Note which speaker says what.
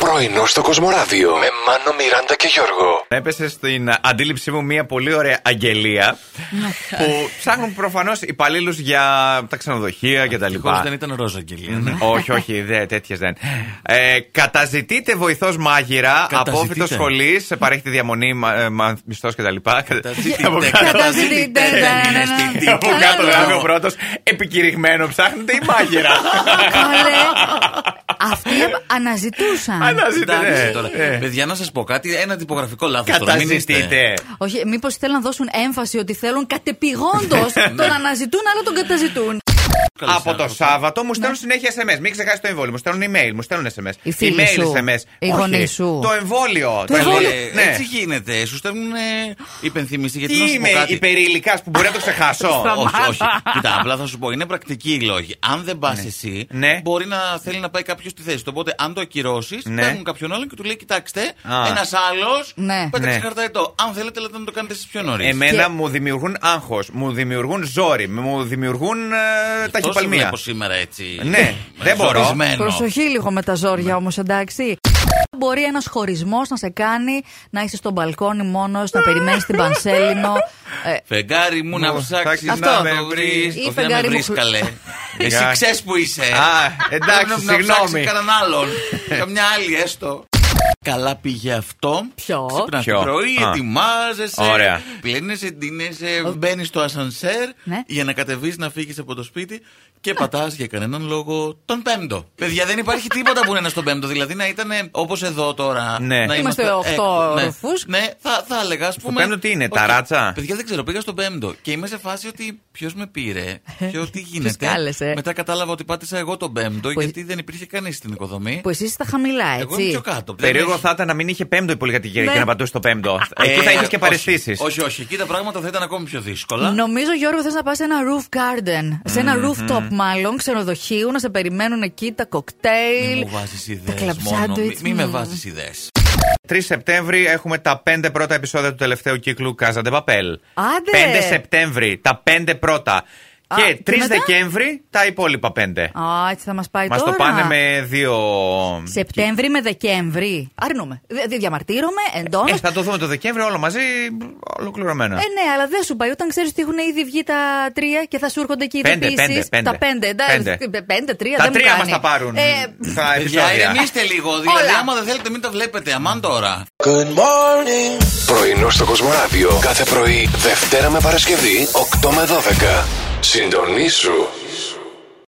Speaker 1: Πρωινό στο Κοσμοράδιο με Μάνο, Μιράντα και Γιώργο.
Speaker 2: Έπεσε στην αντίληψή μου μια πολύ ωραία αγγελία που ψάχνουν προφανώς υπαλλήλους για τα ξενοδοχεία και τα
Speaker 3: Ευτυχώς
Speaker 2: λοιπά.
Speaker 3: δεν ήταν ροζ αγγελία. ναι.
Speaker 2: όχι, όχι, δε, τέτοιες δεν. Ε, καταζητείτε βοηθός μάγειρα,
Speaker 3: Καταζητείτε.
Speaker 2: απόφυτο σχολής, σε παρέχετε διαμονή, μα- ε, μα- μισθός κτλ.
Speaker 3: Καταζητείτε.
Speaker 2: Από κάτω-
Speaker 4: Καταζητείτε.
Speaker 2: Από κάτω γράφει ο πρώτος, επικηρυγμένο ψάχνετε ή μάγειρα.
Speaker 4: Καλέ. Αυτοί αναζητούσαν.
Speaker 2: Αναζητείτε.
Speaker 3: Εντάξει,
Speaker 2: ναι,
Speaker 3: τώρα.
Speaker 2: ε.
Speaker 3: Παιδιά, να σας πω κάτι. Ένα τυπογραφικό λάθος τώρα. Μην είστε.
Speaker 2: Καταζητείτε.
Speaker 4: Όχι, μήπως θέλουν να δώσουν έμφαση ότι θέλουν κατεπηγόντως
Speaker 3: Ναι.
Speaker 4: τον αναζητούν, αλλά τον καταζητούν.
Speaker 3: Καλώς
Speaker 2: από το
Speaker 3: ήρθατε.
Speaker 2: Σάββατο μου στέλνουν
Speaker 3: Ναι.
Speaker 2: συνέχεια SMS. Μην ξεχάσεις το εμβόλιο. Μου στέλνουν email, μου στέλνουν SMS.
Speaker 4: Οι φίλοι
Speaker 2: email,
Speaker 4: σου,
Speaker 2: SMS.
Speaker 4: οι
Speaker 2: Όχι,
Speaker 4: γονείς σου.
Speaker 2: Το εμβόλιο.
Speaker 3: Καλέ,
Speaker 2: Ναι.
Speaker 3: ε, Έτσι γίνεται. Σου στέλνουν ε, υπενθυμίσει γιατί να
Speaker 2: Τι
Speaker 3: σου πω
Speaker 2: είμαι
Speaker 3: κάτι.
Speaker 2: υπερηλικά που μπορεί να το ξεχάσω.
Speaker 3: Όχι, όχι. Κοίτα, απλά θα σου πω, είναι πρακτική η λόγη. Αν δεν πας εσύ,
Speaker 2: Ναι.
Speaker 3: μπορεί να θέλει να πάει κάποιος στη θέση του. Οπότε, αν το ακυρώσεις,
Speaker 2: Ναι.
Speaker 3: παίρνουν κάποιον άλλον και του λέει: Κοιτάξτε,
Speaker 2: Α.
Speaker 3: ένας άλλος
Speaker 4: Ναι.
Speaker 3: πέταξε
Speaker 2: Ναι.
Speaker 3: χαρταετό. Αν θέλετε, λέτε να το κάνετε εσείς πιο νωρίς.
Speaker 2: Εμένα
Speaker 4: Και-
Speaker 2: μου δημιουργούν άγχος, μου δημιουργούν ζόρι, μου δημιουργούν ε,
Speaker 3: Αυτό σε
Speaker 2: ταχυπαλμία.
Speaker 3: βλέπω σήμερα έτσι.
Speaker 2: Ναι, δεν μπορώ.
Speaker 3: ζορισμένο.
Speaker 4: Προσοχή λίγο με τα
Speaker 3: Ναι.
Speaker 4: ζόρια όμως, εντάξει. Μπορεί ένας χωρισμός να σε κάνει να είσαι στο μπαλκόνι μόνος, να περιμένεις την
Speaker 3: Ναι.
Speaker 4: Πανσέλινο. Ε,
Speaker 3: Φεγγάρι μου να
Speaker 2: Μου,
Speaker 3: ψάξει
Speaker 2: θα
Speaker 3: να
Speaker 2: Αυτό.
Speaker 3: με βρεις.
Speaker 4: Ή
Speaker 3: Όχι να με
Speaker 4: φεγγάρι μου
Speaker 3: βρει,
Speaker 4: χλου-
Speaker 3: καλέ. Εσύ
Speaker 2: Φεγγάρι.
Speaker 3: ξέρεις που είσαι.
Speaker 2: Α, εντάξει,
Speaker 3: Πρέπει να- Να
Speaker 2: συγγνώμη.
Speaker 3: ψάξεις κανέναν άλλον. Καμιά άλλη έστω. Καλά πήγε αυτό.
Speaker 4: Ποιο?
Speaker 3: Ξύπνας
Speaker 2: Ποιο?
Speaker 3: το πρωί,
Speaker 2: Α.
Speaker 3: ετοιμάζεσαι.
Speaker 2: Ωραία.
Speaker 3: Πλένεσαι, ντύνεσαι, μπαίνεις στο ασανσέρ
Speaker 4: Ναι.
Speaker 3: για να κατεβείς να φύγεις από το σπίτι και πατάς για κανέναν λόγο τον πέμπτο. Παιδιά, δεν υπάρχει τίποτα που είναι ένα στον πέμπτο. Δηλαδή να ήταν όπως εδώ τώρα.
Speaker 2: Ναι.
Speaker 3: Να
Speaker 4: Είμαστε
Speaker 3: έκτο. Ναι.
Speaker 4: οχτώροφους.
Speaker 3: Ναι, θα, θα έλεγα, ας πούμε.
Speaker 2: πέμπτο τι είναι,
Speaker 3: όχι,
Speaker 2: ταράτσα?
Speaker 3: Παιδιά, δεν ξέρω, πήγα στον πέμπτο και είμαι σε φάση ότι ποιος με πήρε, ποιο τι γίνεται.
Speaker 4: κάλεσε.
Speaker 3: Μετά κατάλαβα ότι πάτησα εγώ τον πέμπτο
Speaker 4: Που-
Speaker 3: γιατί δεν υπήρχε κανείς στην οικοδομή.
Speaker 4: που εσύ είσαι στα χαμηλά,
Speaker 3: Εγώ είμαι
Speaker 4: έτσι.
Speaker 3: πιο κάτω. Δεν
Speaker 2: Περίεργο
Speaker 3: έχει-
Speaker 2: θα ήταν να μην είχε πέμπτο η πολυκατοικία
Speaker 4: Ναι.
Speaker 2: και να πατούσε το πέμπτο. Εκεί θα
Speaker 3: Ε,
Speaker 2: είχε και
Speaker 3: όχι.
Speaker 2: παρεστήσεις.
Speaker 3: Όχι, όχι, εκεί τα πράγματα θα ήταν ακόμη πιο δύσκολα.
Speaker 4: Νομίζω, Γιώργο, θες να πας σε ένα roof garden. Σε ένα rooftop, μάλλον, ξενοδοχείου, να σε περιμένουν εκεί τα
Speaker 3: Μη
Speaker 4: κοκτέιλ.
Speaker 3: μου βάζεις ιδέες.
Speaker 4: κλαψάντουιτς,
Speaker 3: Μόνο. Μη, μη με
Speaker 4: μμμ.
Speaker 3: βάζεις ιδέες.
Speaker 2: 3 Σεπτέμβρη έχουμε τα πέντε πρώτα επεισόδια του τελευταίου κύκλου Κάζαντε Παπέλ.
Speaker 4: Άντε!
Speaker 2: 5 Σεπτέμβρη, τα πέντε πρώτα.
Speaker 4: Α,
Speaker 2: και 3
Speaker 4: και μετά?
Speaker 2: Δεκέμβρη, τα υπόλοιπα πέντε.
Speaker 4: Α, έτσι θα μας πάει
Speaker 2: Μας
Speaker 4: τώρα.
Speaker 2: το πάνε με δύο.
Speaker 4: Σεπτέμβρη με Δεκέμβρη. Αρνούμε. Δεν δεν διαμαρτύρομαι, εντόνως.
Speaker 2: Ε, θα το δούμε το Δεκέμβρη όλα μαζί, ολοκληρωμένα.
Speaker 4: Ε, ναι, αλλά δεν σου πάει. Όταν ξέρεις ότι έχουν ήδη βγει τα τρία και θα σου έρχονται και οι
Speaker 2: Πέντε,
Speaker 4: ειδοποιήσεις.
Speaker 2: πέντε,
Speaker 4: Τα πέντε, εντάξει.
Speaker 2: πέντε.
Speaker 4: Πέντε, τρία,
Speaker 2: τα
Speaker 4: δεν μου
Speaker 2: τρία μας
Speaker 4: κάνει.
Speaker 2: τα πάρουν.
Speaker 4: Ε,
Speaker 2: τα
Speaker 3: Παιδιά,
Speaker 2: επεισόδια.
Speaker 3: ηρεμήστε λίγο. Δηλαδή,
Speaker 4: Όλα.
Speaker 3: άμα δεν θέλετε, μην τα βλέπετε. Αμάν τώρα.
Speaker 1: Πρωινό στο Κοσμοράδιο κάθε πρωί, Δευτέρα με Παρασκευή, 8 με 12. Συντονίσου.